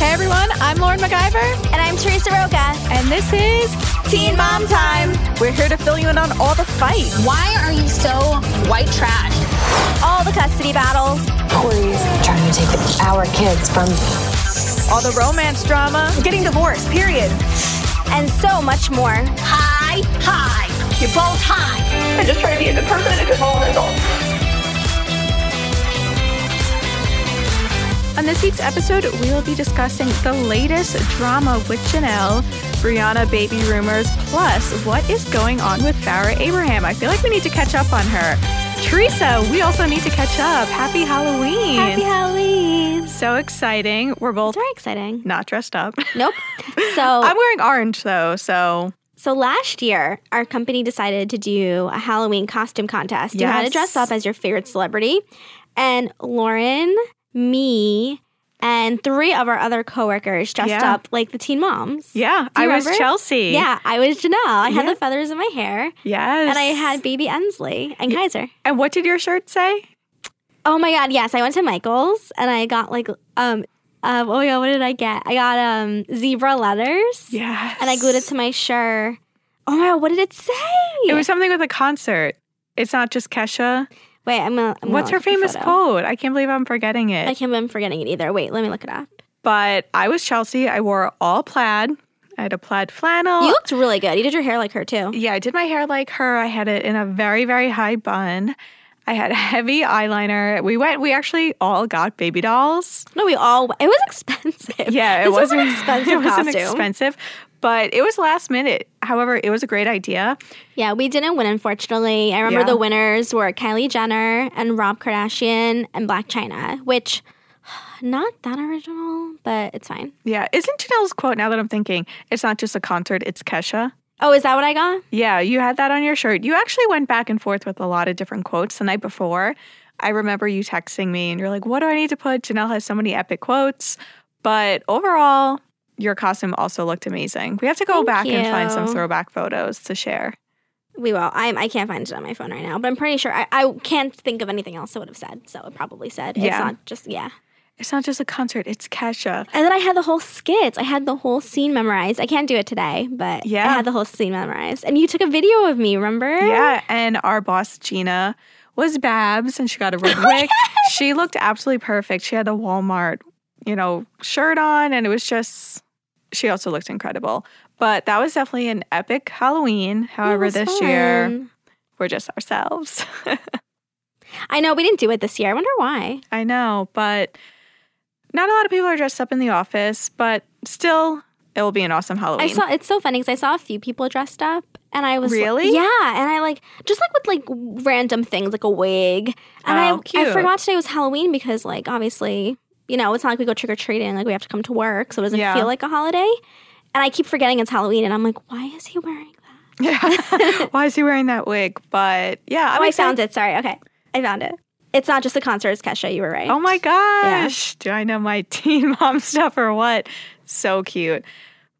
everyone. I'm Lauren MacGyver, And I'm Teresa Roca. and this is Teen Mom Time. We're here to fill you in on all the fight. Why are you so white trash? All the custody battles. Corey's trying to take our kids from all the romance drama, getting divorced, period. and so much more. High, high. You're both high. I just try to be a good person and a good role model. On this week's episode, we will be discussing the latest drama with Janelle, Brianna baby rumors, plus what is going on with Farrah Abraham. I feel like we need to catch up on her. Teresa, we also need to catch up. Happy Halloween. Happy Halloween. so exciting. We're both Very exciting. not dressed up. Nope. So, I'm wearing orange though, so so last year, our company decided to do a Halloween costume contest. You had to Yes. dress up as your favorite celebrity, and Lauren, me, and three of our other coworkers dressed Yeah. up like the Teen Moms. yeah, Do I you was remember? Chelsea. Yeah, I was Janelle. I had Yeah. the feathers in my hair, Yes. and I had baby Ensley and Kaiser. And what did your shirt say? Oh my god, yes. I went to Michael's and I got like um um oh my god, what did I get? I got um zebra letters. Yes. And I glued it to my shirt. Oh my god, what did it say? It was something with a concert. It's not just Kesha. Wait, I'm gonna, I'm gonna What's her look at the famous photo. quote? I can't believe I'm forgetting it. I can't I'm forgetting it either. Wait, let me look it up. But I was Chelsea. I wore all plaid. I had a plaid flannel. You looked really good. You did your hair like her too. yeah, I did my hair like her. I had it in a very, very high bun. I had heavy eyeliner. We went, we actually all got baby dolls. No, we all it was expensive. Yeah, it This was wasn't an expensive It wasn't costume. expensive, but it was last minute. However, it was a great idea. Yeah, we didn't win unfortunately. I remember Yeah. the winners were Kylie Jenner and Rob Kardashian and Black China, which not that original, but it's fine. Yeah. Isn't Janelle's quote now that I'm thinking, it's not just a concert, it's Kesha? Oh, is that what I got? Yeah, you had that on your shirt. You actually went back and forth with a lot of different quotes the night before. I remember you texting me and you're like, what do I need to put? Janelle has so many epic quotes. But overall, your costume also looked amazing. We have to go Thank back and find some you. throwback photos to share. We will. I'm, I can't find it on my phone right now, but I'm pretty sure I, I can't think of anything else I would have said. So it probably said it's Yeah. not just yeah. It's not just a concert, it's Kesha. And then I had the whole skits. I had the whole scene memorized. I can't do it today, but Yeah. I had the whole scene memorized. And you took a video of me, remember? Yeah, and our boss Gina was Babs, and she got a red Oh wig. She looked absolutely perfect. She had the Walmart, you know, shirt on, and it was just. She also looked incredible. But that was definitely an epic Halloween. It However, was this year fun. we're just ourselves. I know we didn't do it this year. I wonder why. I know, but not a lot of people are dressed up in the office. But still, it will be an awesome Halloween. I saw it's so funny because I saw a few people dressed up, and I was like- Really? yeah, and I like just like with like random things like a wig, and Oh, I cute. I forgot today was Halloween because like obviously you know it's not like we go trick or treating like we have to come to work, so it doesn't Yeah. feel like a holiday, and I keep forgetting it's Halloween, and I'm like, why is he wearing that? yeah. Why is he wearing that wig? But yeah, Oh, I'm I excited. found it. Sorry, okay, I found it. It's not just the concert, it's Kesha. You were right. Oh my gosh. Do I know my teen mom stuff or what? So cute.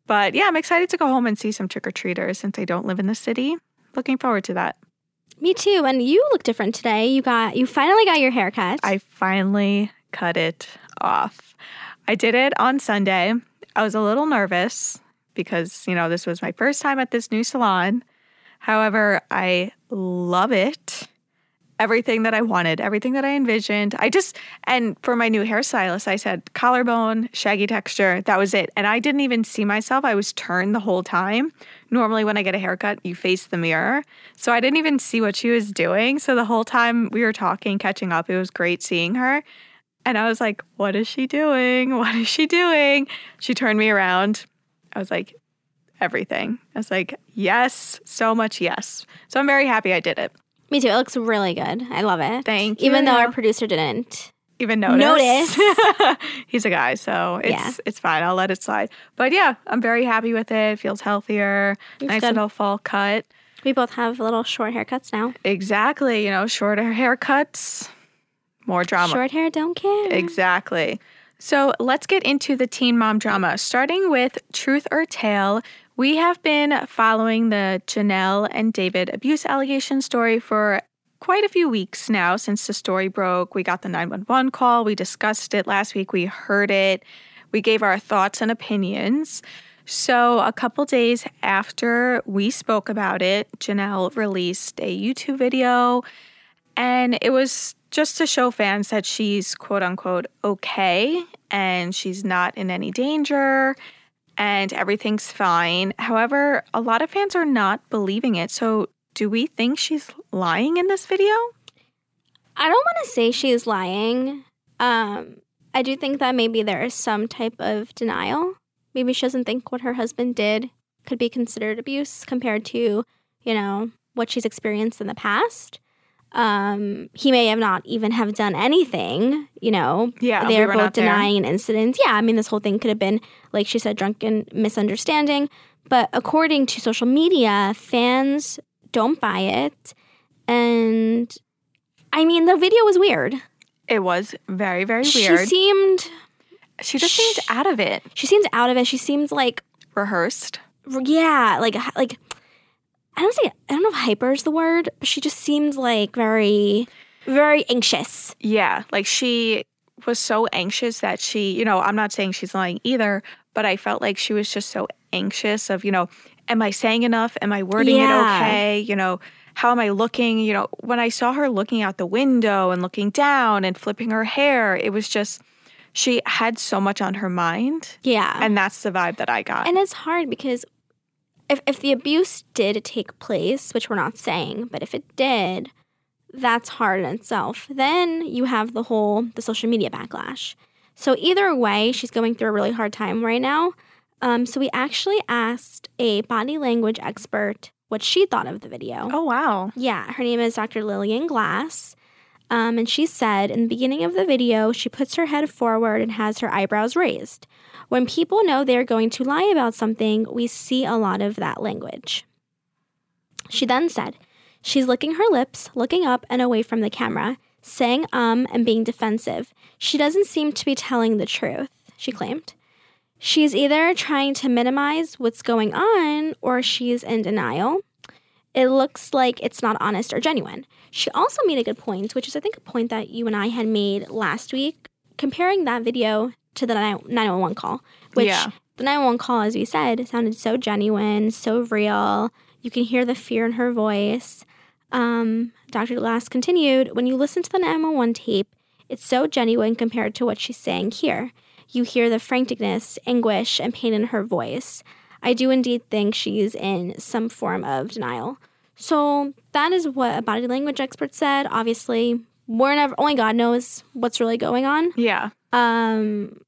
But yeah, I'm excited to go home and see some trick or treaters since I don't live in the city. Looking forward to that. Me too. And you look different today. You got you finally got your haircut. I finally cut it off. I did it on Sunday. I was a little nervous because, you know, this was my first time at this new salon. However, I love it. Everything that I wanted, everything that I envisioned. I just, and for my new hairstylist, I said collarbone, shaggy texture. That was it. And I didn't even see myself. I was turned the whole time. Normally, when I get a haircut, you face the mirror. So I didn't even see what she was doing. So the whole time we were talking, catching up, it was great seeing her. And I was like, what is she doing? What is she doing? She turned me around. I was like, everything. I was like, yes, so much yes. So I'm very happy I did it. Me too. It looks really good. I love it. Thank Even you. though our producer didn't. Even notice. Notice. He's a guy, so it's Yeah. it's fine. I'll let it slide. But yeah, I'm very happy with it. Feels healthier. nice good. little fall cut. We both have little short haircuts now. Exactly. You know, shorter haircuts, more drama. Short hair, don't care. Exactly. So let's get into the teen mom drama. Starting with Truth or Tale, we have been following the Janelle and David abuse allegation story for quite a few weeks now since the story broke. We got the 911 call, we discussed it last week, we heard it. We gave our thoughts and opinions. So, a couple days after we spoke about it, Janelle released a YouTube video, and it was just to show fans that she's quote unquote okay and she's not in any danger and everything's fine. However, a lot of fans are not believing it. So, do we think she's lying in this video? I don't want to say she's lying. Um, I do think that maybe there is some type of denial. Maybe she doesn't think what her husband did could be considered abuse compared to, you know, what she's experienced in the past. Um, he may have not even have done anything, you know. Yeah, we they're were both not there. denying an incident. Yeah, I mean, this whole thing could have been, like she said, drunken misunderstanding. But according to social media, fans don't buy it. And I mean, the video was weird. It was very, very She weird. seemed she just seemed out of it. she seems out of it. She seems like Rehearsed. yeah, like like I don't say I don't know if hyper is the word, but she just seemed like very very anxious. Yeah. Like she was so anxious that she, you know, I'm not saying she's lying either, but I felt like she was just so anxious of, you know, am I saying enough? Am I wording Yeah. it okay? You know, how am I looking? You know, when I saw her looking out the window and looking down and flipping her hair, it was just, she had so much on her mind. Yeah. And that's the vibe that I got. And it's hard because if, if the abuse did take place, which we're not saying, but if it did, that's hard in itself. Then you have the whole the social media backlash. So either way, she's going through a really hard time right now. Um, so we actually asked a body language expert what she thought of the video. oh, wow. Yeah, her name is Dr. Lillian Glass. Um, and she said in the beginning of the video, she puts her head forward and has her eyebrows raised. When people know they're going to lie about something, we see a lot of that language. She then said, She's licking her lips, looking up and away from the camera, saying um and being defensive. She doesn't seem to be telling the truth, she claimed. She's either trying to minimize what's going on or she's in denial it looks like it's not honest or genuine. She also made a good point, which is I think a point that you and I had made last week, comparing that video to the 911 call, which Yeah. the 911 call, as we said, sounded so genuine, so real. You can hear the fear in her voice. Um, Dr. Glass continued, when you listen to the 911 tape, it's so genuine compared to what she's saying here. You hear the franticness, anguish, and pain in her voice. I do indeed think she's in some form of denial. So that is what a body language expert said. Obviously, we're never only God knows what's really going on. Yeah. Um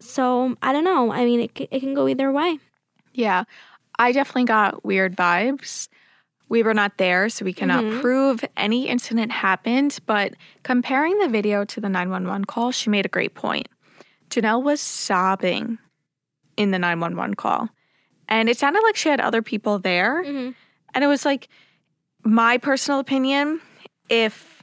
so I don't know. I mean, it, c- it can go either way. Yeah. I definitely got weird vibes. We were not there, so we cannot Mm-hmm. prove any incident happened. But comparing the video to the 911 call, she made a great point. Janelle was sobbing in the 911 call, and it sounded like she had other people there. Mhm. And it was like, my personal opinion if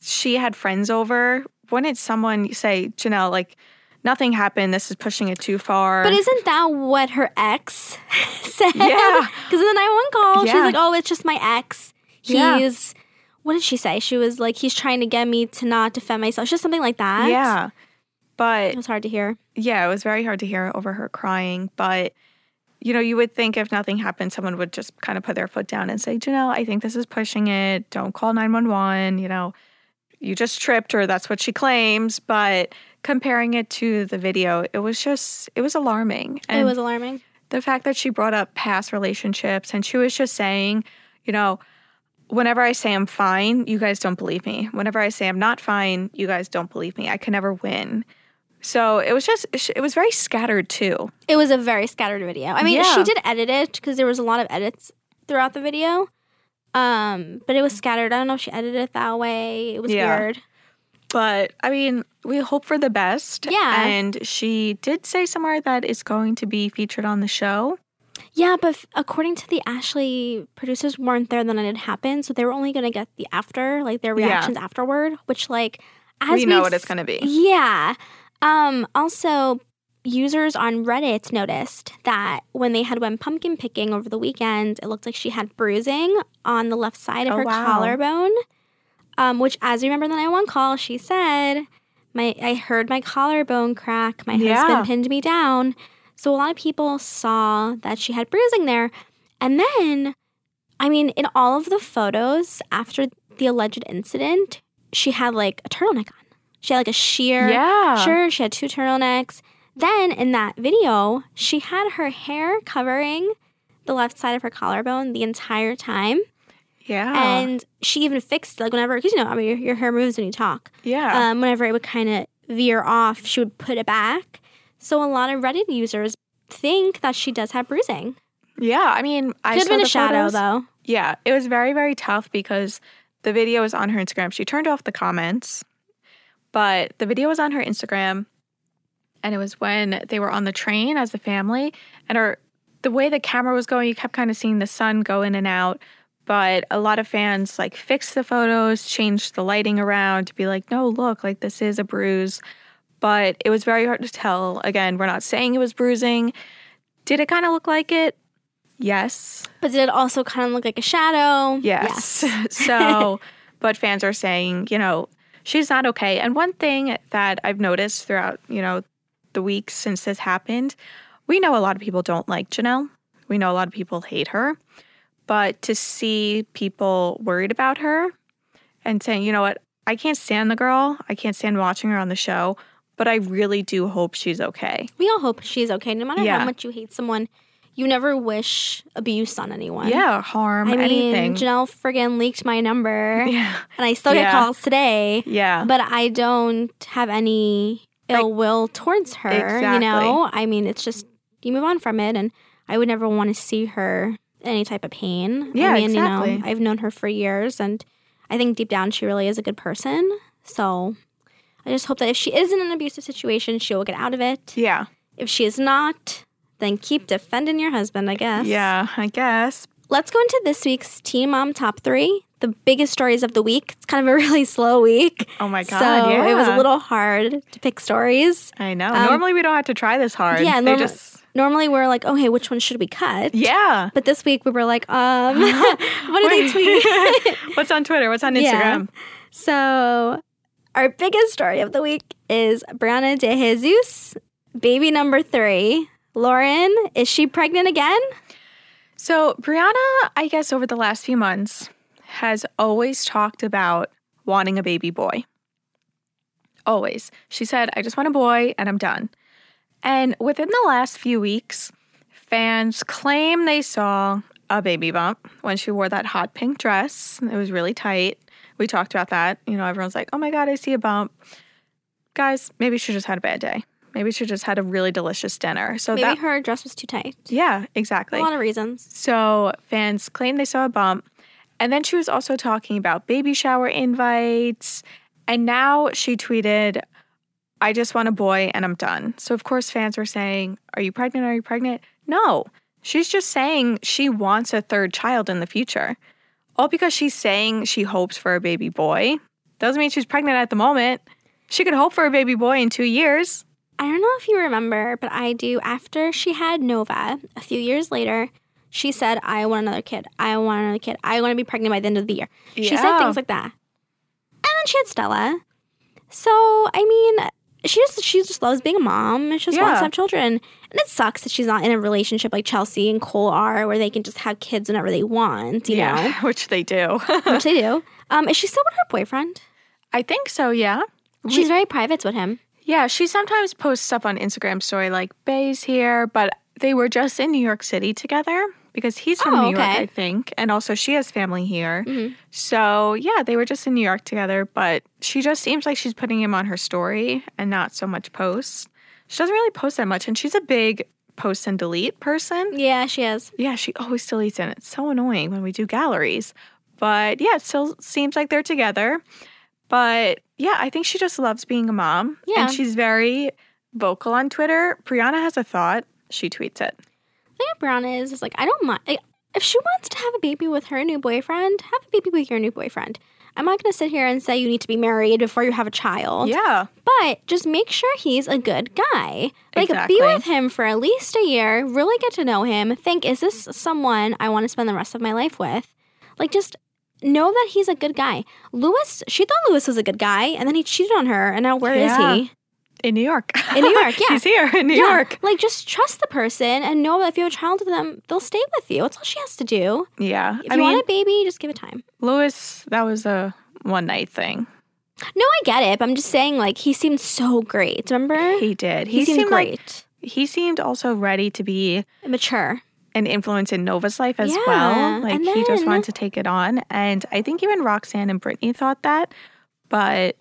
she had friends over, wouldn't someone say, Janelle, like, nothing happened, this is pushing it too far? But isn't that what her ex said? Yeah. Because in the 911 call, she's Yeah. like, oh, it's just my ex. He's, Yeah. what did she say? She was like, he's trying to get me to not defend myself. Just something like that. Yeah. But It was hard to hear. yeah, it was very hard to hear over her crying. But, you know, you would think if nothing happened, someone would just kind of put their foot down and say, Janelle, I think this is pushing it. Don't call 911. You know, you just tripped, or that's what she claims. But comparing it to the video, it was just, it was alarming. it And was alarming. the fact that she brought up past relationships and she was just saying, you know, whenever I say I'm fine, you guys don't believe me. Whenever I say I'm not fine, you guys don't believe me. I can never win. So it was just, it was very scattered too. It was a very scattered video. I mean, Yeah. she did edit it because there was a lot of edits throughout the video. Um, but it was scattered. I don't know if she edited it that way. It was Yeah. weird. But I mean, we hope for the best. Yeah. And she did say somewhere that it's going to be featured on the show. Yeah, but f- according to the Ashley producers weren't there the night it happened, so they were only gonna get the after, like their Yeah. reactions afterward, which like as we know we've what it's s- going to be. Yeah. Um, also, users on Reddit noticed that when they had went pumpkin picking over the weekend, it looked like she had bruising on the left side of Oh, her wow. collarbone. Um, which, as you remember, in the 911 call, she said, My I heard my collarbone crack. My Yeah. husband pinned me down. So a lot of people saw that she had bruising there. And then, I mean, in all of the photos after the alleged incident, she had like a turtleneck on. She had like a sheer Yeah. shirt. She had two turtlenecks. Then in that video, she had her hair covering the left side of her collarbone the entire time. Yeah. And she even fixed, like, whenever, because you know, I mean, your, your hair moves when you talk. yeah. Um, whenever it would kind of veer off, she would put it back. So a lot of Reddit users think that she does have bruising. yeah. I mean, I Could have saw been a the shadow, photos. though. Yeah, it was very, very tough because the video was on her Instagram. She turned off the comments, but the video was on her Instagram. And it was when they were on the train as a family. And her, the way the camera was going, you kept kind of seeing the sun go in and out. But a lot of fans like fixed the photos, changed the lighting around to be like, no, look, like this is a bruise. But it was very hard to tell. Again, we're not saying it was bruising. Did it kind of look like it? Yes. But did it also kind of look like a shadow? Yes. so, but fans are saying, you know, she's not okay. And one thing that I've noticed throughout, you know, the weeks since this happened, we know a lot of people don't like Janelle. We know a lot of people hate her. But to see people worried about her and saying, you know what, I can't stand the girl. I can't stand watching her on the show, but I really do hope she's okay. We all hope she's okay. No matter Yeah. how much you hate someone, you never wish abuse on anyone. Yeah, harm, I mean, anything. Janelle friggin' leaked my number, yeah. and I still Yeah. get calls today. Yeah. but I don't have any ill will towards her. You know, I mean, it's just you move on from it, and I would never want to see her in any type of pain. Yeah, I mean, you know, exactly. I've known her for years, and I think deep down she really is a good person. So I just hope that if she is in an abusive situation, she will get out of it. yeah. If she is not, then keep defending your husband, I guess. Yeah, I guess. Let's go into this week's Teen Mom Top 3, the biggest stories of the week. It's kind of a really slow week. Oh my god! So yeah. it was a little hard to pick stories. I know. um, normally we don't have to try this hard. yeah, they norma- just Normally we're like, okay, which one should we cut? yeah. But this week we were like, um, what did they Wait. tweet? What's on Twitter? What's on Yeah. Instagram? so our biggest story of the week is Brianna De Jesus, baby number three. Lauren, is she pregnant again? So Brianna, I guess over the last few months has always talked about wanting a baby boy. Always. She said, "I just want a boy and I'm done." And within the last few weeks, fans claim they saw a baby bump when she wore that hot pink dress. It was really tight. We talked about that. You know, everyone's like, "Oh my god, I see a bump." Guys, maybe she just had a bad day. Maybe she just had a really delicious dinner. So Maybe Oh, that her dress was too tight. yeah, exactly. A lot of reasons. So fans claim they saw a bump. And then she was also talking about baby shower invites. And now she tweeted, I just want a boy and I'm done. So, of course, fans were saying, Are you pregnant? Are you pregnant? No, she's just saying she wants a third child in the future. All because she's saying she hopes for a baby boy doesn't mean she's pregnant at the moment. She could hope for a baby boy in two years. I don't know if you remember, but I do. After she had Nova, a few years later, she said, I want another kid. I want another kid. I want to be pregnant by the end of the year. She said Yeah. things like that. And then she had Stella. So, I mean, she just she just loves being a mom and she just wants Yeah. to have children. And it sucks that she's not in a relationship like Chelsea and Cole are where they can just have kids whenever they want, you which they do. know, which they do. Um, is she still with her boyfriend? I think so, yeah. She's very private with him. Yeah, she sometimes posts stuff on Instagram story like Bay's here, but they were just in New York City together because he's from Oh, New York, okay. I think, and also she has family here. Mm-hmm. So, yeah, they were just in New York together, but she just seems like she's putting him on her story and not so much posts. She doesn't really post that much, and she's a big post and delete person. Yeah, she is. Yeah, she always still eats in. It's so annoying when we do galleries. But yeah, it still seems like they're together. But yeah, I think she just loves being a mom. Yeah. And she's very vocal on Twitter. Brianna has a thought, she tweets it. thing about Brown is, is like I don't mind like, if she wants to have a baby with her new boyfriend, have a baby with your new boyfriend. I'm not going to sit here and say you need to be married before you have a child. Yeah. But just make sure he's a good guy. Like Exactly. be with him for at least a year, really get to know him, think is this someone I want to spend the rest of my life with? Like just know that he's a good guy. Lewis, she thought Lewis was a good guy, and then he cheated on her, and now where is Yeah. he? in New York. In New York, yeah. He's here in New Yeah, York. Like, just trust the person and know that if you have a child with them, they'll stay with you. That's all she has to do. Yeah. If I you mean, want a baby, just give it time. Lewis, that was a one night thing. No, I get it, but I'm just saying, like, he seemed so great. Remember? He did. He seemed, like- great, he seemed also ready to be mature. an influence in Nova's life as Yeah, well. Like and he just then- wanted to take it on. And I think even Roxanne and Brittany thought that, but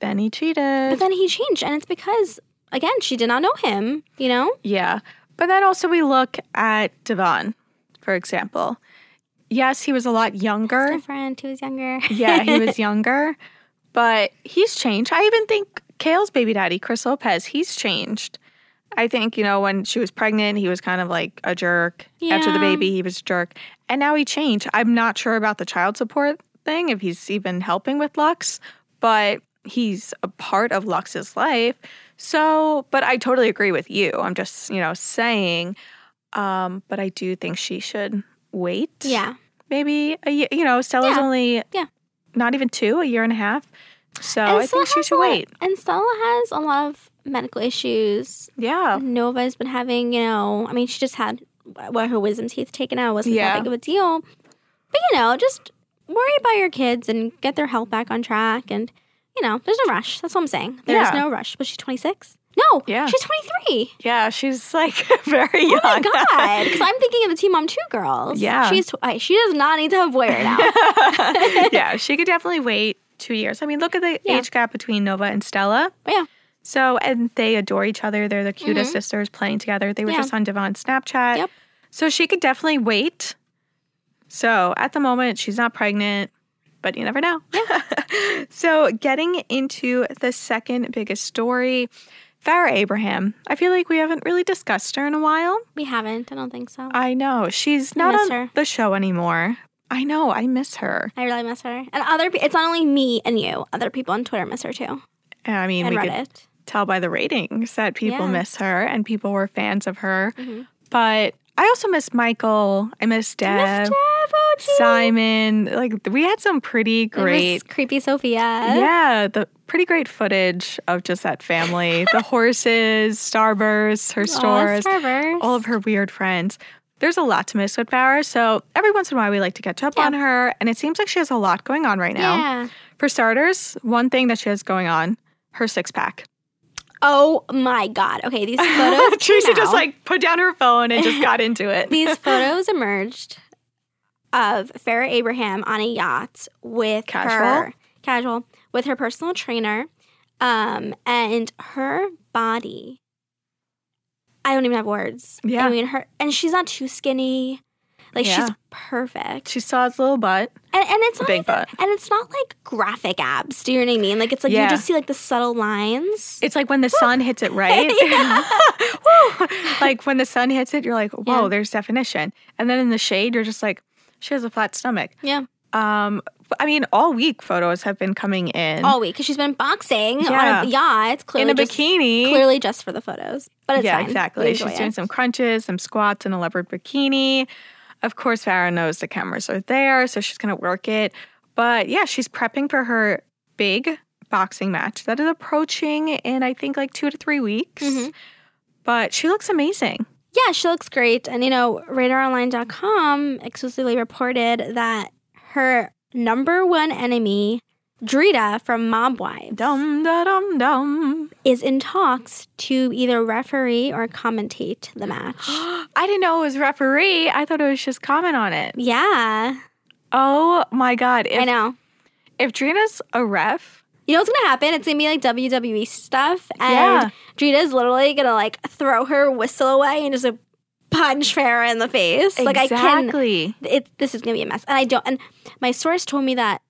then he cheated. But then he changed, and it's because, again, she did not know him, you know? yeah. But then also we look at Devon, for example. Yes, he was a lot younger. Different. He was younger. yeah, he was younger, but he's changed. I even think Kale's baby daddy, Chris Lopez, he's changed. I think, you know, when she was pregnant, he was kind of like a jerk. After the Yeah. baby, he was a jerk. And now he changed. I'm not sure about the child support thing, if he's even helping with Lux, but he's a part of Lux's life. So, but I totally agree with you. I'm just, you know, saying, um, but I do think she should wait yeah. maybe a year. You know, Stella's Yeah. only Yeah. not even two, a year and a half. So Oh, I Stella think she has should a lot- wait. And Stella has a lot of medical issues. Yeah, Nova's been having, you know, I mean, she just had what her wisdom teeth taken out. It wasn't Yeah. that big of a deal. But, you know, just worry about your kids and get their health back on track. And, you know, there's no rush. That's what I'm saying. There's Yeah. no rush. Was she 26? No. Yeah. She's 23. yeah, she's like very young. Oh my God. Because I'm thinking of the Team Mom 2 girls. Yeah. She's, tw- I- she does not need to have Boyer now. yeah, she could definitely wait two years. I mean, look at the Yeah. age gap between Nova and Stella. But yeah. So, and they adore each other. They're the cutest sisters playing together. They were Mm-hmm. Yeah. just on Devon's Snapchat. Yep. So she could definitely wait. So at the moment, she's not pregnant, but you never know. so getting into the second biggest story, Farrah Abraham. I feel like we haven't really discussed her in a while. We haven't. I don't think so. I know. She's not miss on her. the show anymore. I know. I miss her. I really miss her. And other pe- it's not only me and you, other people on Twitter miss her too. I mean, And we could Reddit. tell by the ratings that people Yeah. Mm-hmm. miss her and people were fans of her. But I also miss Michael. I miss Deb, Miss Dev, oh, gee. Simon. Like we had some pretty I miss great, creepy Sophia. yeah, the pretty great footage of just that family, the horses, Starburst, her stores, Starburst. all of her weird friends. There's a lot to miss with Bauer. So every once in a while, we like to catch up on her, and it seems like she has a lot going on right now. Yeah. For starters, one thing that she has going on: her six pack. Oh my God. Okay, these photos. Tracy came just out. like put down her phone and just got into it. these photos emerged of Farrah Abraham on a yacht with Casual? her casual with her personal trainer, um, and her body. I don't even have words. Yeah. I mean her, and she's not too skinny. Like Yeah. she's perfect. she saw his little butt. And, and it's The not big even, butt. and it's not like graphic abs. Do you know what I mean? Like it's like Yeah. you just see like the subtle lines. It's like when the sun hits it, right? Woo. like when the sun hits it, you're like, whoa, Yeah. there's definition. And then in the shade, you're just like, she has a flat stomach. yeah, Um, I mean, all week photos have been coming in all week because she's been boxing Yeah. on a yacht, in clearly a just, bikini. clearly just for the photos. But it's yeah, fine. We exactly. enjoy She's doing it. some crunches, some squats in a leopard bikini. Of course, Farrah knows the cameras are there, so she's going to work it. But yeah, she's prepping for her big boxing match that is approaching in, I think, like two to three weeks. Mm-hmm. But she looks amazing. Yeah, she looks great. And you know, RadarOnline.com exclusively reported that her number one enemy, Drita from Mob Wives, Dum, da, dum, dum. is in talks to either referee or commentate the match. I didn't know it was referee. I thought it was just comment on it. yeah, Oh my God. I If, know. if Drina's a ref, You know what's gonna happen? It's gonna be like WWE stuff, and Yeah. Drita's literally gonna like throw her whistle away and just like, punch Farrah in the face. Like I can. exactly. It, this is gonna be a mess, and I don't. And my source told me that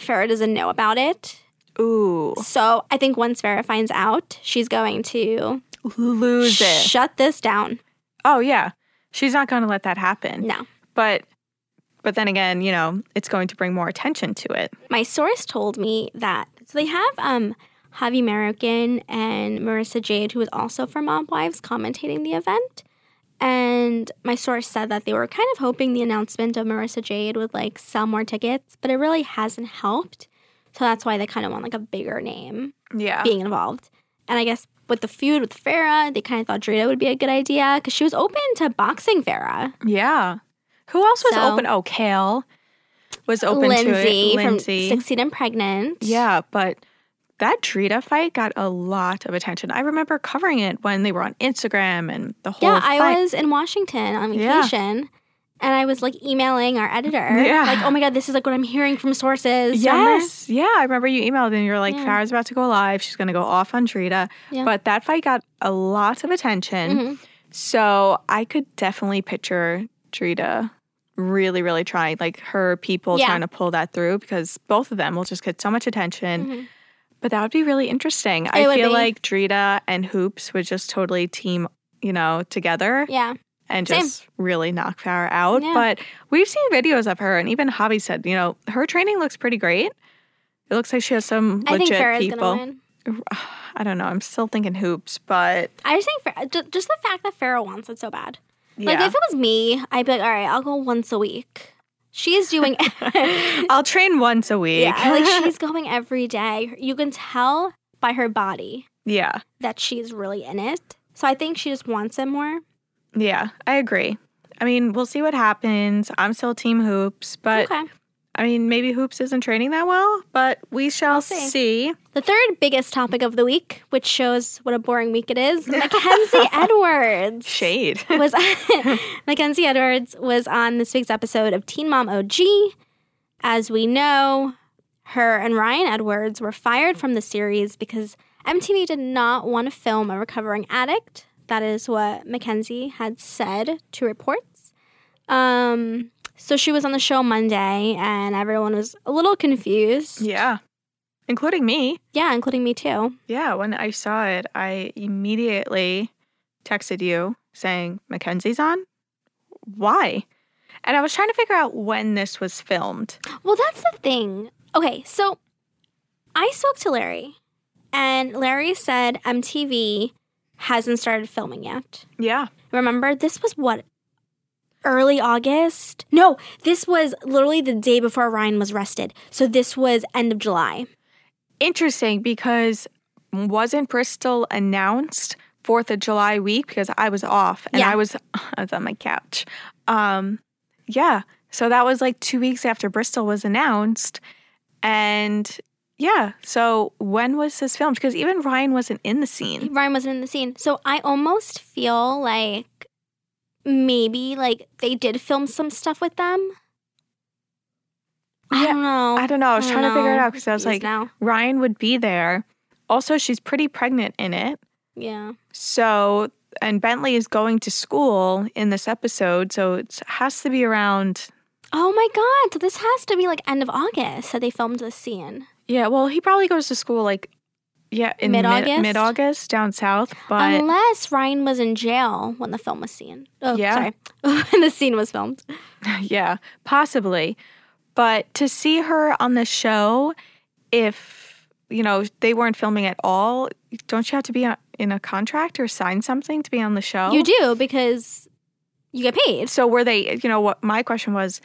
Farrah doesn't know about it, Ooh, so I think once Farrah finds out, she's going to lose it. shut this down. Oh yeah. She's not going to let that happen. No, But but then again, you know, it's going to bring more attention to it. my source told me that so they have um Javi American and Marissa Jade, who is also from Mob Wives, commentating the event. And my source said that they were kind of hoping the announcement of Marissa Jade would like sell more tickets, but it really hasn't helped. So that's why they kind of want like a bigger name Yeah. being involved. And I guess with the feud with Farah, they kind of thought Drita would be a good idea because she was open to boxing Farah. Yeah. Who else was So- open? Oh, Kale was open Lindsay to it. from Lindsay. Succeed and Pregnant. yeah, but that Drita fight got a lot of attention. I remember covering it when they were on Instagram and the whole Yeah, fight. I was in Washington on Yeah. vacation. And I was like emailing our editor, Yeah. like, "Oh my god, this is like what I'm hearing from sources." remember? Yes. Yeah. I remember you emailed and you were like, Yeah. Farrah's about to go live. She's going to go off on Drita. Yeah. But that fight got a lot of attention. Mhm. So I could definitely picture Drita really, really trying, like her people Yeah. trying to pull that through because both of them will just get so much attention. Mhm. But that would be really interesting. It I would feel be. like Drita and Hoops would just totally team, you know, together Yeah, and Same. just really knock Farrah out. Yeah. But we've seen videos of her, and even Hobby said, you know, her training looks pretty great. It looks like she has some I think legit Farah's people. gonna win. I don't know. I'm still thinking hoops, but I just think Farah, ju- just the fact that Farah wants it so bad. Like yeah. if it was me, I'd be like, "All right, I'll go once a week." She is doing I'll train once a week. Yeah, like she's going every day. You can tell by her body yeah. that she's really in it. So I think she just wants it more. Yeah, I agree. I mean, we'll see what happens. I'm still team hoops, but okay. I mean, maybe hoops isn't training that well, but we shall see. see. The third biggest topic of the week, which shows what a boring week it is, Mackenzie Edwards. Shade. was Mackenzie Edwards was on this week's episode of Teen Mom OG. As we know, her and Ryan Edwards were fired from the series because MTV did not want to film a recovering addict. That is what Mackenzie had said to reports. Um, so she was on the show Monday, and everyone was a little confused. yeah. Including me. Yeah, including me too. Yeah, when I saw it, I immediately texted you saying, Mackenzie's on? Why? And I was trying to figure out when this was filmed. Well, that's the thing. Okay, so I spoke to Larry, and Larry said MTV hasn't started filming yet. Yeah. Remember, this was what? Early August? No, this was literally the day before Ryan was arrested. So this was end of July. Interesting because wasn't Bristol announced 4th of July week because I was off and Yeah. I was I was on my couch. Um yeah, so that was like 2 weeks after Bristol was announced and yeah, so when was this filmed? Because even Ryan wasn't in the scene. Ryan wasn't in the scene. So I almost feel like maybe like they did film some stuff with them. I Yeah, don't know. I don't know. I was I trying don't to figure it know. out because I was Confused like, now. Ryan would be there. Also, she's pretty pregnant in it. yeah. So, and Bentley is going to school in this episode. So it has to be around. Oh my god! So this has to be like end of August that they filmed this scene. Yeah. Well, he probably goes to school like, yeah, in mid Mid-August? August, mid August down south. But Unless Ryan was in jail when the film was seen. Oh, Yeah. sorry, when the scene was filmed. yeah, possibly. But to see her on the show, if, you know, they weren't filming at all, don't you have to be a- in a contract or sign something to be on the show? You do because you get paid. So were they, you know, what my question was,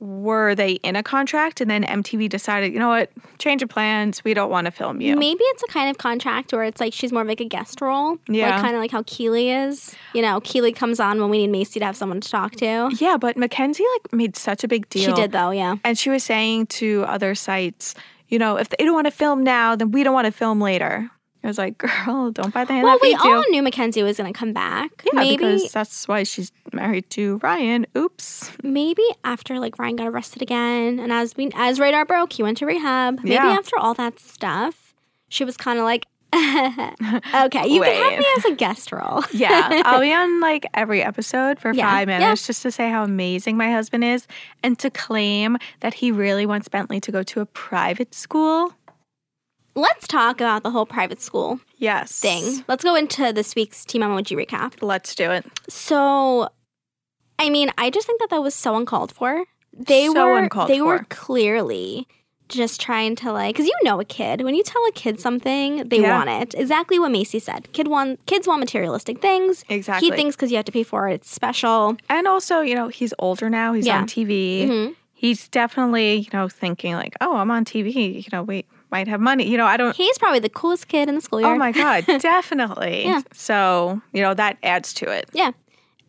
were they in a contract and then MTV decided, you know what, change of plans, we don't want to film you. Maybe it's a kind of contract where it's like she's more of like a guest role. Yeah. Like kind of like how Keely is. You know, Keely comes on when we need Macy to have someone to talk to. yeah, but Mackenzie like made such a big deal. She did though, yeah. And she was saying to other sites, you know, if they don't want to film now, then we don't want to film later. I was like, girl, don't buy the hand Well, that we feeds you. all knew Mackenzie was going to come back. yeah, maybe because that's why she's married to Ryan. Oops. maybe after like Ryan got arrested again, and as we as radar broke, he went to rehab. Maybe Yeah. after all that stuff, she was kind of like, okay, you can have Wait. me as a guest role. Yeah, I'll be on like every episode for Yeah, five yeah. minutes just to say how amazing my husband is and to claim that he really wants Bentley to go to a private school. Let's talk about the whole private school Yes. thing. Let's go into this week's Team Emoji recap. Let's do it. So, I mean, I just think that that was so uncalled for. They So were uncalled they were for. clearly just trying to like because you know a kid when you tell a kid something they Yeah. want it exactly what macy said kid want kids want materialistic things Exactly. he thinks because you have to pay for it it's special And also, you know, he's older now. He's Yeah. Mm-hmm. on TV. He's definitely, you know, thinking like, oh, I'm on TV. You know, we might have money. You know, I don't. he's probably the coolest kid in the school year Oh my god, definitely. Yeah. So you know that adds to it. yeah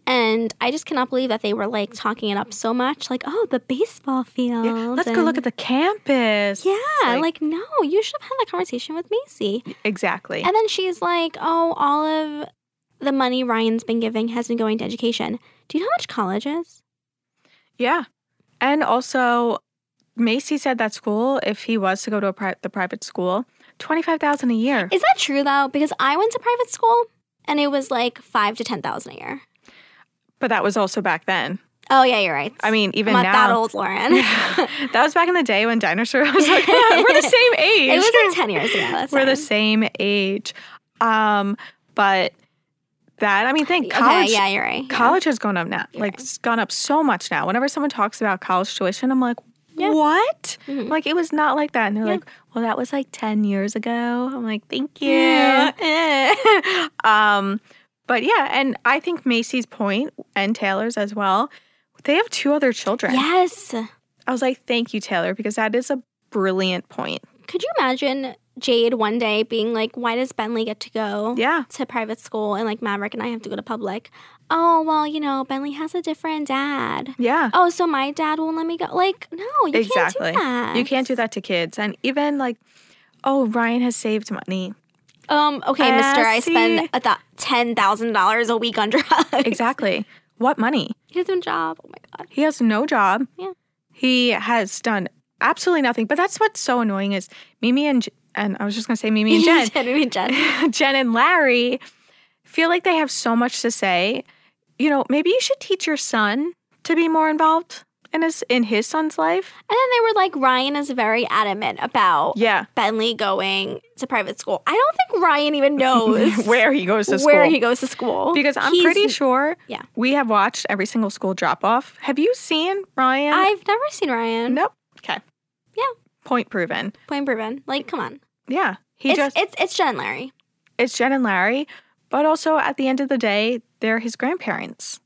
and i just cannot believe that they were like talking it up so much like oh the baseball field Let's go look at the campus. yeah like- like, no you should have had that conversation with macy Exactly. and then she's like oh all of the money ryan's been giving has been going to education do you know how much college is Yeah. And also, Macy said that school, if he was to go to a pri- the private school, twenty five thousand a year. Is that true though? Because I went to private school and it was like five to ten thousand a year. but that was also back then. Oh yeah, you're right. I mean, even I'm not now, that old, Lauren. that was back in the day when dinosaur I was like, yeah, we're the same age. it was like ten years ago. That's we're the same fine. age. Um, but that I mean, think college. Okay, yeah, you're right. Yeah. College has gone up now. Like it's gone up so much now. Whenever someone talks about college tuition, I'm like, what? Mm-hmm. Like it was not like that. And they're like, well, that was like ten years ago. I'm like, thank you. Eh. um, but yeah, and I think Macy's point and Taylor's as well. They have two other children. Yes. I was like, thank you, Taylor, because that is a brilliant point. Could you imagine Jade one day being like, "Why does Bentley get to go Yeah. to private school and like Maverick and I have to go to public?" Oh well, you know, Bentley has a different dad. Yeah. Oh, so my dad won't let me go. Like, no, you exactly. can't do that. You can't do that to kids. And even like, oh, Ryan has saved money. Um. Okay, Uh, Mister, I see. spend a th- ten thousand dollars a week on drugs. Exactly. What money? He doesn't have a job. Oh my god. He has no job. Yeah. He has done absolutely nothing. But that's what's so annoying is Mimi and J- and I was just gonna say Mimi and Jen, Jen, and Jen. Jen and Larry feel like they have so much to say. You know, maybe you should teach your son to be more involved in his in his son's life. And then they were like, Ryan is very adamant about Yeah. Bentley going to private school. I don't think Ryan even knows Where he goes to where school. he goes to school because I'm He's- pretty sure yeah. we have watched every single school drop off. Have you seen Ryan? I've never seen Ryan. Nope. Okay. Yeah. Point proven. Point proven. Like, come on. Yeah. He it's, just it's it's Jen and Larry. it's Jen and Larry, but also at the end of the day, they're his grandparents.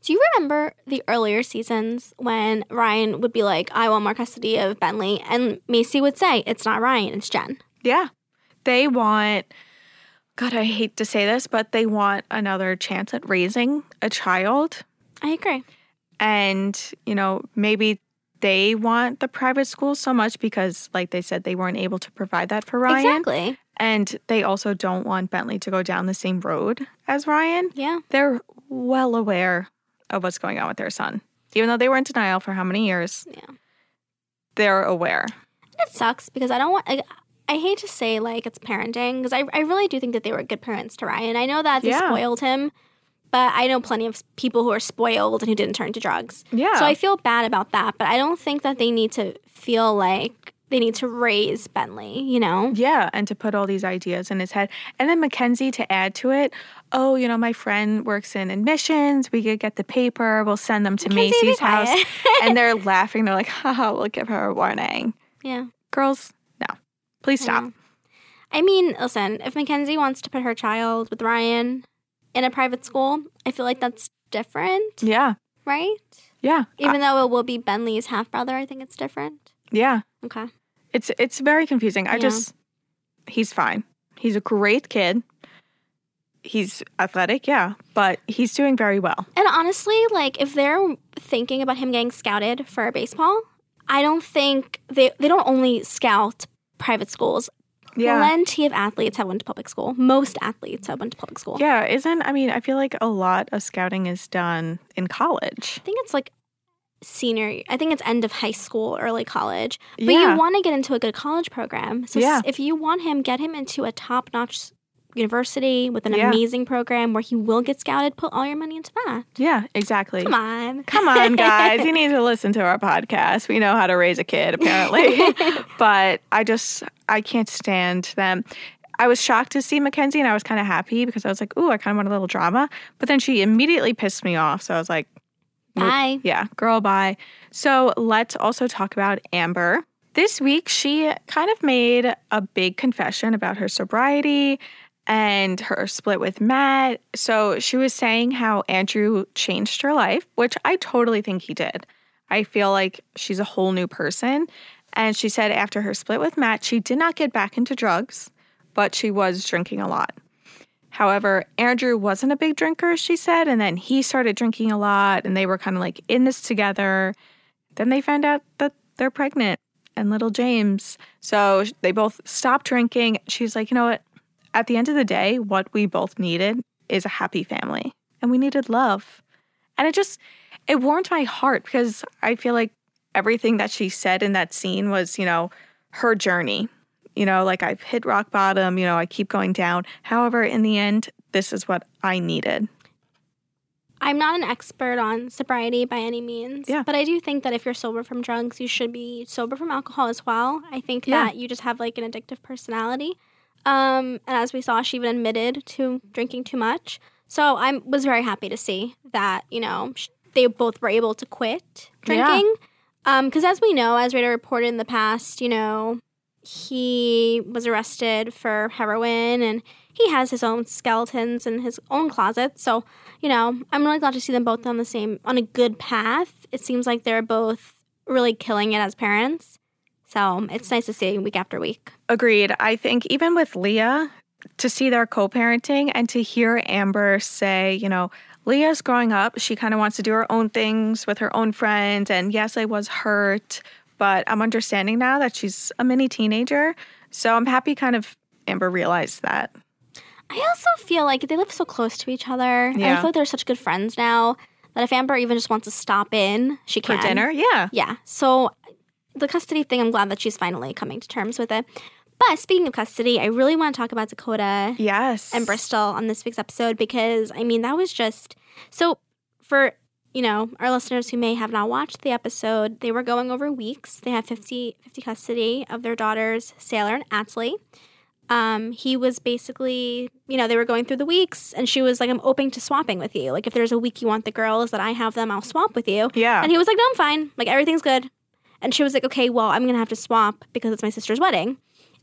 Do you remember the earlier seasons when Ryan would be like, I want more custody of Bentley? And Macy would say, It's not Ryan, it's Jen. Yeah. They want God, I hate to say this, but they want another chance at raising a child. I agree. And, you know, maybe they want the private school so much because like they said they weren't able to provide that for Ryan. Exactly. And they also don't want Bentley to go down the same road as Ryan. Yeah. They're well aware of what's going on with their son. Even though they were in denial for how many years. Yeah. They're aware. That sucks because I don't want. I, I hate to say like it's parenting because I, I really do think that they were good parents to Ryan. I know that they Yeah. spoiled him, but I know plenty of people who are spoiled and who didn't turn to drugs. Yeah. So I feel bad about that, but I don't think that they need to feel like they need to raise Bentley. You know? Yeah, and to put all these ideas in his head. And then Mackenzie to add to it, oh, you know, my friend works in admissions. We could get the paper. We'll send them to Mackenzie, be Macy's house. quiet. and they're laughing. They're like, haha, we'll give her a warning. Yeah. Girls, no. Please Mm. stop. I mean, listen, if Mackenzie wants to put her child with Ryan in a private school, I feel like that's different, Yeah. right? Yeah. I- Even though it will be Bentley's half brother, I think it's different. yeah. Okay. It's it's very confusing. I Yeah. just he's fine. He's a great kid. He's athletic, yeah, but he's doing very well. And honestly, like if they're thinking about him getting scouted for baseball, I don't think they they don't only scout private schools. Yeah. Plenty of athletes have went to public school. Most athletes have went to public school. Yeah, isn't I mean, I feel like a lot of scouting is done in college. I think it's like senior I think it's end of high school, early college. But Yeah. you want to get into a good college program. So s- Yeah. if you want him, get him into a top-notch university with an Yeah. amazing program where he will get scouted, put all your money into that. Yeah, exactly. Come on. Come on, guys. You need to listen to our podcast. We know how to raise a kid, apparently. but I just, I can't stand them. I was shocked to see Mackenzie and I was kind of happy because I was like, ooh, I kind of want a little drama. But then she immediately pissed me off. So I was like, Bye. yeah, girl, bye. So let's also talk about Amber. This week, she kind of made a big confession about her sobriety and her split with Matt. So she was saying how Andrew changed her life, which I totally think he did. I feel like she's a whole new person. And she said after her split with Matt, she did not get back into drugs, but she was drinking a lot. However, Andrew wasn't a big drinker, she said, and then he started drinking a lot, and they were kind of like in this together. Then they found out that they're pregnant and little James. So sh- they both stopped drinking. She's like, you know what? At the end of the day, what we both needed is a happy family, and we needed love. And it just, it warmed my heart because I feel like everything that she said in that scene was, you know, her journey. You know, like I've hit rock bottom, you know, I keep going down. However, in the end, this is what I needed. I'm not an expert on sobriety by any means, Yeah. but I do think that if you're sober from drugs, you should be sober from alcohol as well. I think Yeah. that you just have like an addictive personality. Um, and as we saw, she even admitted to drinking too much. So I was very happy to see that, you know, sh- they both were able to quit Yeah. drinking. Because as we know, as Rita reported in the past, you know, he was arrested for heroin and he has his own skeletons in his own closet. So, you know, I'm really glad to see them both on the same, on a good path. It seems like they're both really killing it as parents. So it's nice to see week after week. Agreed. I think even with Leah, to see their co parenting and to hear Amber say, you know, Leah's growing up. She kind of wants to do her own things with her own friends. And yes, I was hurt, but I'm understanding now that she's a mini teenager. So I'm happy kind of Amber realized that. I also feel like they live so close to each other. And I Yeah. feel like they're such good friends now that if Amber even just wants to stop in, she For can. dinner? Yeah. Yeah. So the custody thing, I'm glad that she's finally coming to terms with it. But speaking of custody, I really want to talk about Dakota Yes. and Bristol on this week's episode because I mean that was just so for you know our listeners who may have not watched the episode they were going over weeks they had 50 50 custody of their daughters Sailor and Atsley um, he was basically you know they were going through the weeks and she was like I'm open to swapping with you like if there's a week you want the girls that I have them I'll swap with you Yeah. and he was like, No, I'm fine. Like, everything's good. And she was like, Okay, well, I'm going to have to swap because it's my sister's wedding.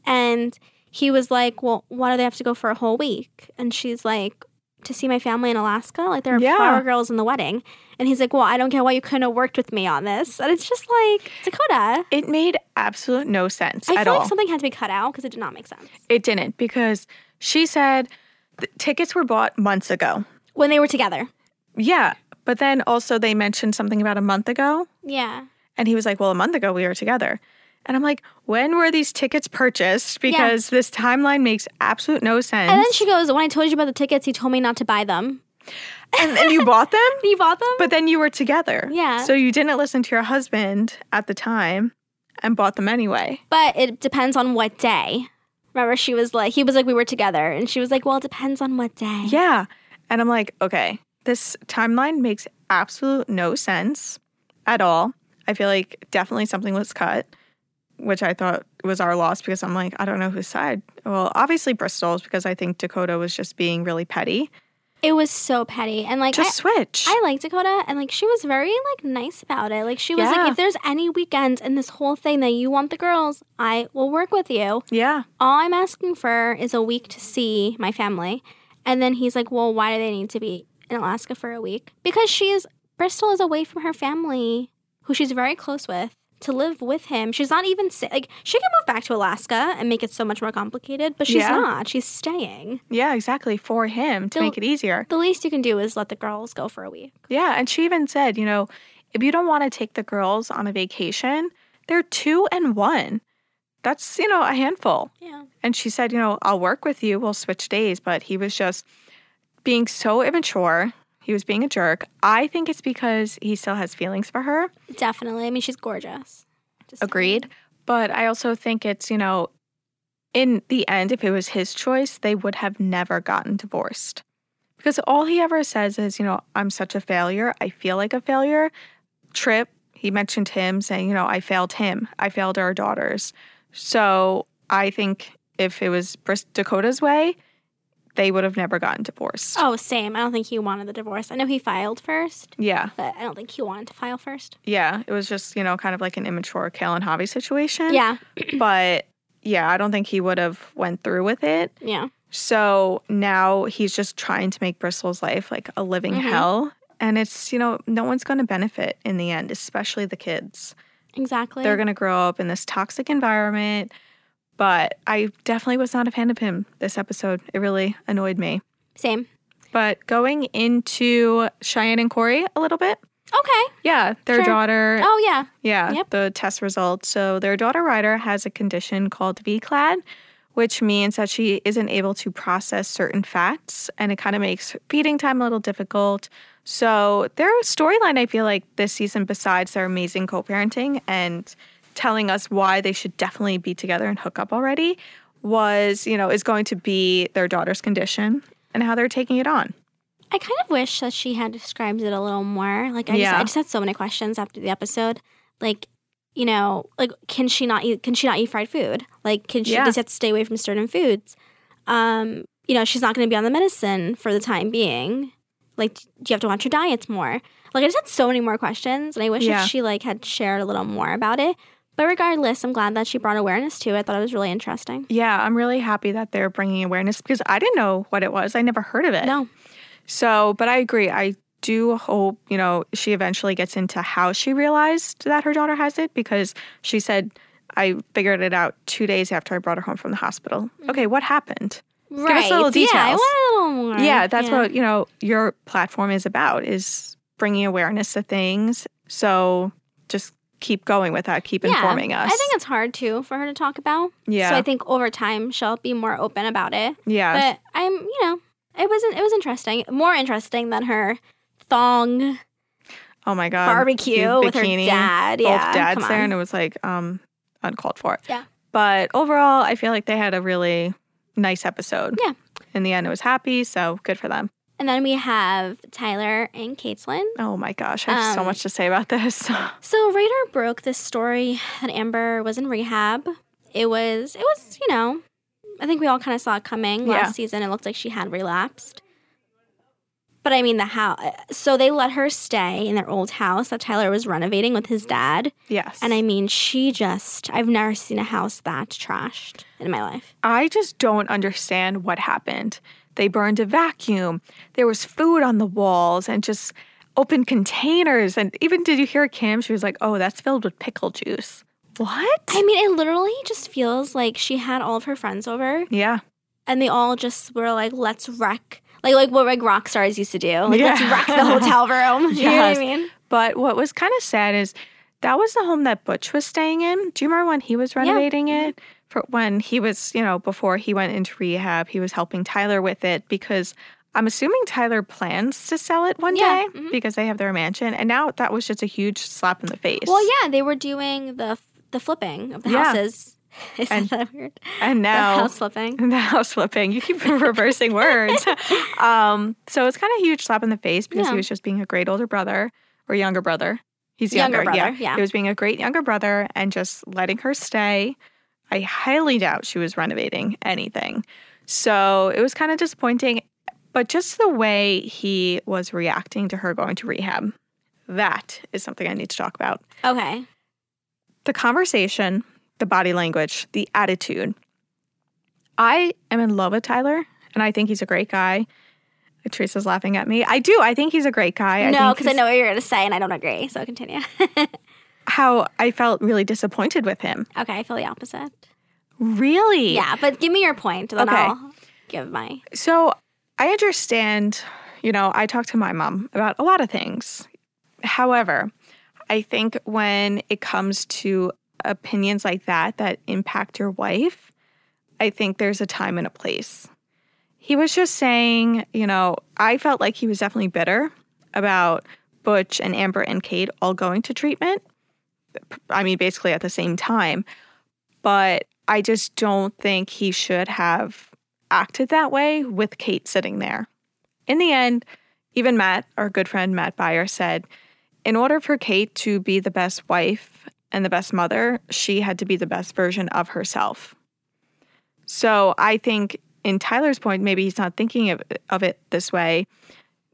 And he was like, Well, why do they have to go for a whole week? And she's like, To see my family in Alaska? Like, there are Yeah. flower girls in the wedding. And he's like, Well, I don't get why you couldn't have worked with me on this. And it's just like, Dakota. it made absolute no sense I at feel all. like something had to be cut out because it did not make sense. it didn't because she said the tickets were bought months ago. When they were together. Yeah. But then also they mentioned something about a month ago. Yeah. And he was like, Well, a month ago we were together. And I'm like, When were these tickets purchased? Because this timeline makes absolute no sense. And then she goes, When I told you about the tickets, he told me not to buy them. and, and you bought them, You bought them? but then you were together. Yeah. So you didn't listen to your husband at the time and bought them anyway. But it depends on what day. Remember, she was like, he was like, we were together. And she was like, well, it depends on what day. Yeah. And I'm like, Okay, this timeline makes absolute no sense at all. I feel like definitely something was cut, which I thought was our loss because I'm like, I don't know whose side. Well, obviously Bristol's because I think Dakota was just being really petty. It was so petty. And like, Just switch. I, I like Dakota. And like, she was very like nice about it. Like, she was Yeah. like, if there's any weekends in this whole thing that you want the girls, I will work with you. yeah. All I'm asking for is a week to see my family. And then he's like, well, why do they need to be in Alaska for a week? Because she is, Bristol is away from her family, who she's very close with, to live with him. She's not even, sa- like, she can move back to Alaska and make it so much more complicated, but she's Yeah. not. She's staying. Yeah, exactly. For him to They'll- make it easier. The least you can do is let the girls go for a week. Yeah. And she even said, you know, if you don't want to take the girls on a vacation, they're two and one. That's, you know, a handful. Yeah. And she said, you know, I'll work with you. We'll switch days. But he was just being so immature. He was being a jerk. I think it's because he still has feelings for her. Definitely. I mean, she's gorgeous. Just saying. Agreed. But I also think it's, you know, in the end, if it was his choice, they would have never gotten divorced. Because all he ever says is, you know, I'm such a failure. I feel like a failure. Trip, he mentioned him saying, you know, I failed him. I failed our daughters. So I think if it was Bris- Dakota's way, they would have never gotten divorced. Oh, same. I don't think he wanted the divorce. I know he filed first, Yeah. but I don't think he wanted to file first. Yeah. It was just, you know, kind of like an immature Kale and Javi situation. Yeah. But yeah, I don't think he would have went through with it. Yeah. So now he's just trying to make Bristol's life like a living Mhm. hell. And it's, you know, no one's going to benefit in the end, especially the kids. Exactly. They're going to grow up in this toxic environment. But I definitely was not a fan of him this episode. It really annoyed me. same. But going into Cheyenne and Corey a little bit. Okay. Yeah, their Sure. daughter. Oh yeah. Yeah, Yep. the test results. So their daughter Ryder has a condition called VCLAD, which means that she isn't able to process certain facts and it kind of makes feeding time a little difficult. So their storyline, I feel like this season, besides their amazing co parenting and telling us why they should definitely be together and hook up already, was, you know, is going to be their daughter's condition and how they're taking it on. I kind of wish that she had described it a little more. Like I just Yeah. I just had so many questions after the episode. Like, you know, like can she not eat can she not eat fried food? Like can she Yeah. does she have to stay away from certain foods? Um, you know, she's not gonna be on the medicine for the time being. Like do you have to watch your diets more? Like I just had so many more questions and I wish Yeah. that she like had shared a little more about it. But regardless, I'm glad that she brought awareness to it. I thought it was really interesting. Yeah, I'm really happy that they're bringing awareness because I didn't know what it was. I never heard of it. No. So, but I agree. I do hope, you know, she eventually gets into how she realized that her daughter has it because she said, I figured it out two days after I brought her home from the hospital. Mm. Okay, what happened? us right. little Yeah, I details. want a little more. Yeah, that's what, you know, your platform is about is bringing awareness to things. So just keep going with that, keep informing us. I think it's hard too for her to talk about. Yeah. So I think over time she'll be more open about it. yeah. But I'm, you know, it wasn't. It was interesting. More interesting than her thong oh my God. barbecue Um, Bikini. with her dad. both yeah. dads come there, on. and it was like um, uncalled for. Yeah. But overall, I feel like they had a really nice episode. Yeah. In the end, it was happy, so good for them. And then we have Tyler and Caitlin. Oh my gosh, I have so Um, much to say about this. So Radar broke this story that Amber was in rehab. It was it was, you know, I think we all kind of saw it coming last Yeah. season. It looked like she had relapsed. But I mean the how so they let her stay in their old house that Tyler was renovating with his dad. yes. And I mean she just I've never seen a house that trashed in my life. I just don't understand what happened. They burned a vacuum. There was food on the walls and just open containers. And even did you hear Kim? She was like, "Oh, that's filled with pickle juice." What? I mean, it literally just feels like she had all of her friends over yeah. and they all just were like, "Let's wreck." Like, like what like rock stars used to do, like let's Yeah. wreck the hotel room. You know what Yes. I mean? But what was kind of sad is that was the home that Butch was staying in. Do you remember when he was renovating Mm-hmm. it? For when he was, you know, before he went into rehab, he was helping Tyler with it because I'm assuming Tyler plans to sell it one Yeah, Mm-hmm. day because they have their mansion. And now that was just a huge slap in the face. Well, yeah, they were doing the the flipping of the Yeah. houses. Is And that weird? And The now house flipping. the house flipping. You keep reversing words. Um, so it's kind of a huge slap in the face because Yeah. he was just being a great older brother or younger brother. He's Younger younger, brother, yeah. He was being a great younger brother and just letting her stay. I highly doubt she was renovating anything. So it was kind of disappointing. But just the way he was reacting to her going to rehab, that is something I need to talk about Okay. the conversation, the body language, the attitude. I am in love with Tyler, and I think he's a great guy. Teresa's laughing at me. I do. I think he's a great guy. no, think because I he's- know what you're gonna say, and I don't agree. So continue. okay, how I felt really disappointed with him. I feel the opposite. Really? Yeah, but give me your point, then Okay. I'll give my. So I understand, you know, I talk to my mom about a lot of things. However, I think when it comes to opinions like that that impact your wife, I think there's a time and a place. He was just saying, you know, I felt like he was definitely bitter about Butch and Amber and Kate all going to treatment. I mean, basically at the same time. But I just don't think he should have acted that way with Kate sitting there. In the end, even Matt, our good friend Matt Byer, said in order for Kate to be the best wife and the best mother, she had to be the best version of herself. So I think in Tyler's point, maybe he's not thinking of, of it this way.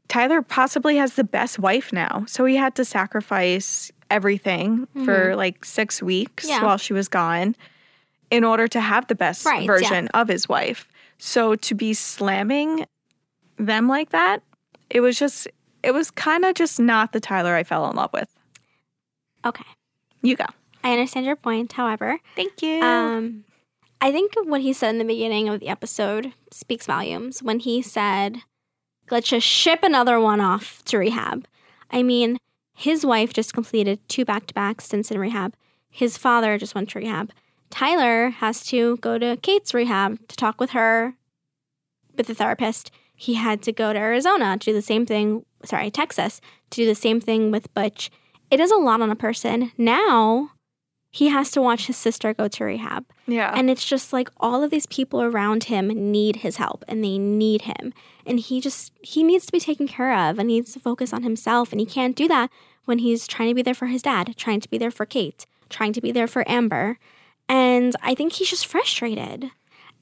Tyler possibly has the best wife now. So he had to sacrifice everything for like six weeks Yeah. while she was gone in order to have the best Right, yeah. version of his wife. So to be slamming them like that, it was just, it was kind of just not the Tyler I fell in love with. Okay. You go. I understand your point, however. Thank you. Um, I think what he said in the beginning of the episode speaks volumes when he said, let's just ship another one off to rehab. I mean, his wife just completed two back to back stints in rehab. His father just went to rehab. Tyler has to go to Kate's rehab to talk with her, with the therapist. He had to go to Arizona to do the same thing, sorry, Texas, to do the same thing with Butch. It is a lot on a person. Now, he has to watch his sister go to rehab. yeah. And it's just like all of these people around him need his help and they need him. And he just, he needs to be taken care of and he needs to focus on himself. And he can't do that when he's trying to be there for his dad, trying to be there for Kate, trying to be there for Amber. And I think he's just frustrated.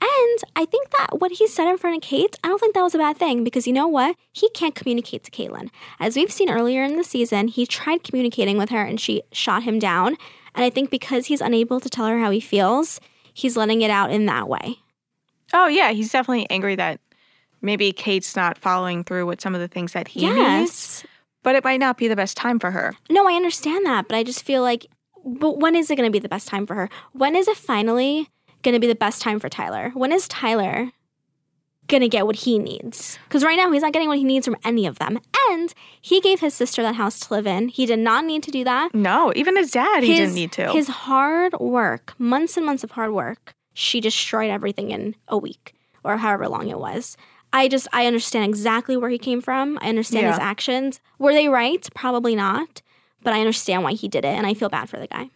And I think that what he said in front of Kate, I don't think that was a bad thing because you know what? He can't communicate to Caitlin. As we've seen earlier in the season, he tried communicating with her and she shot him down. And I think because he's unable to tell her how he feels, he's letting it out in that way. Oh yeah, he's definitely angry that maybe Kate's not following through with some of the things that he needs, Yes. but it might not be the best time for her. No, I understand that, but I just feel like, but when is it going to be the best time for her? When is it finally going to be the best time for Tyler? When is Tyler going to get what he needs? Because right now he's not getting what he needs from any of them. And he gave his sister that house to live in. He did not need to do that. No, even his dad, he didn't need to. His hard work, months and months of hard work, she destroyed everything in a week or however long it was. I just, I understand exactly where he came from. I understand his Yeah. actions. Were they right? Probably not. But I understand why he did it and I feel bad for the guy.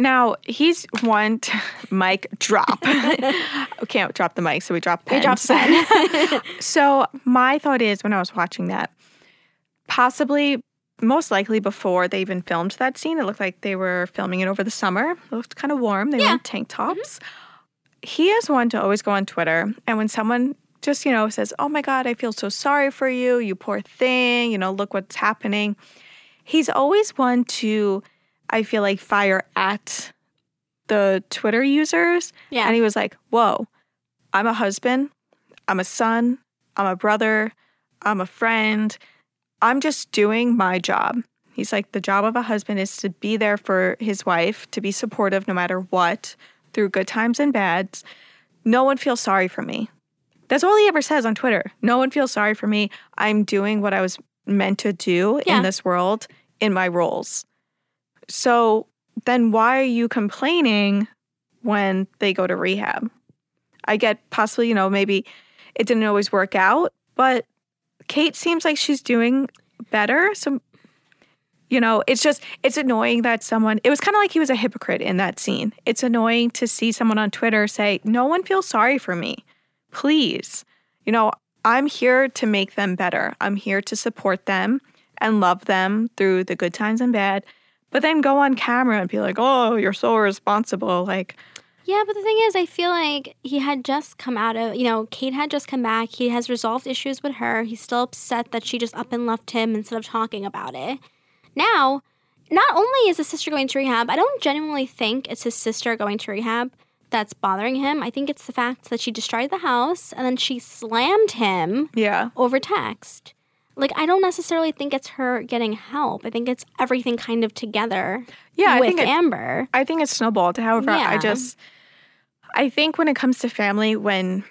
now he's one t- mic drop. we can't drop the mic, so we drop pens. dropped pen. so my thought is, when I was watching that, possibly, most likely before they even filmed that scene, it looked like they were filming it over the summer. It looked kind of warm. They were Yeah. in tank tops. He is one to always go on Twitter, and when someone just you know says, "Oh my God, I feel so sorry for you, you poor thing," you know, look what's happening. He's always one to, I feel like, fire at the Twitter users. Yeah. And he was like, Whoa, I'm a husband, I'm a son, I'm a brother, I'm a friend. I'm just doing my job. He's like, The job of a husband is to be there for his wife, to be supportive no matter what, through good times and bads. No one feels sorry for me. That's all he ever says on Twitter. No one feels sorry for me. I'm doing what I was meant to do Yeah. in this world in my roles. So then why are you complaining when they go to rehab? I get possibly, you know, maybe it didn't always work out, but Kate seems like she's doing better. So, you know, it's just, it's annoying that someone, it was kind of like he was a hypocrite in that scene. It's annoying to see someone on Twitter say, no one feels sorry for me. Please, you know, I'm here to make them better. I'm here to support them and love them through the good times and bad. But then go on camera and be like, oh, you're so responsible. Like, Yeah, but the thing is, I feel like he had just come out of, you know, Kate had just come back. He has resolved issues with her. He's still upset that she just up and left him instead of talking about it. Now, not only is his sister going to rehab, I don't genuinely think it's his sister going to rehab that's bothering him. I think it's the fact that she destroyed the house and then she slammed him yeah. over text. Like, I don't necessarily think it's her getting help. I think it's everything kind of together Yeah, I with think it- Amber. I think it snowballed. However, I Yeah. just, I think when it comes to family, when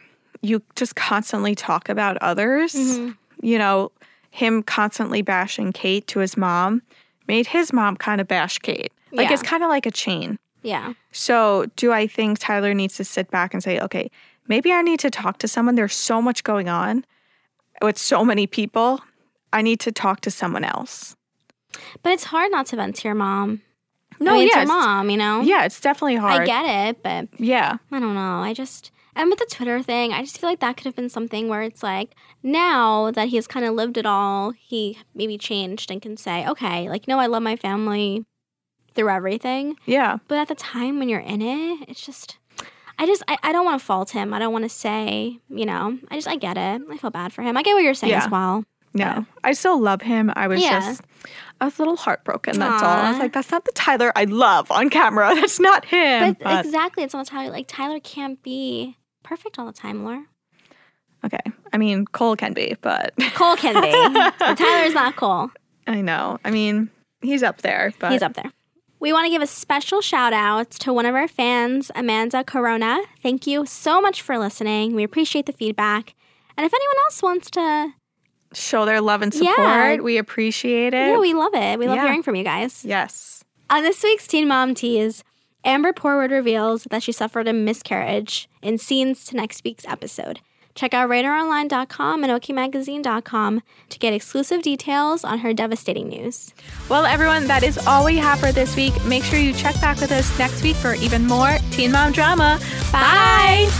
you just constantly talk about others, Mm-hmm. you know, him constantly bashing Kate to his mom made his mom kind of bash Kate. Like Yeah. it's kind of like a chain. Yeah. So, do I think Tyler needs to sit back and say, okay, maybe I need to talk to someone? There's so much going on with so many people. I need to talk to someone else. But it's hard not to vent to your mom. No, I mean, yeah, it's your it's- mom, you know? Yeah, it's definitely hard. I get it, but Yeah. I don't know. I just, and with the Twitter thing, I just feel like that could have been something where it's like, now that he's kind of lived it all, he maybe changed and can say, okay, like, no, I love my family through everything. Yeah. But at the time when you're in it, it's just, I just I, I don't want to fault him. I don't want to say, you know, I just I get it. I feel bad for him. I get what you're saying Yeah. as well. No, I still love him. I was Yeah. just, I was a little heartbroken. That's all. I was Aw. like, that's not the Tyler I love on camera. That's not him. But, But- exactly, it's almost how like Tyler can't be perfect all the time, Laura. okay, I mean, Cole can be, but Cole can be. but Tyler's not Cole. I know. I mean, he's up there. But He's up there. We want to give a special shout out to one of our fans, Amanda Corona. Thank you so much for listening. We appreciate the feedback. And if anyone else wants to, show their love and Yeah. support. We appreciate it. yeah, we love it. We love Yeah. hearing from you guys. yes. On this week's Teen Mom Tease, Amber Porwood reveals that she suffered a miscarriage in scenes to next week's episode. Check out radaronline.com and okmagazine.com to get exclusive details on her devastating news. Well, everyone, that is all we have for this week. Make sure you check back with us next week for even more Teen Mom drama. Bye.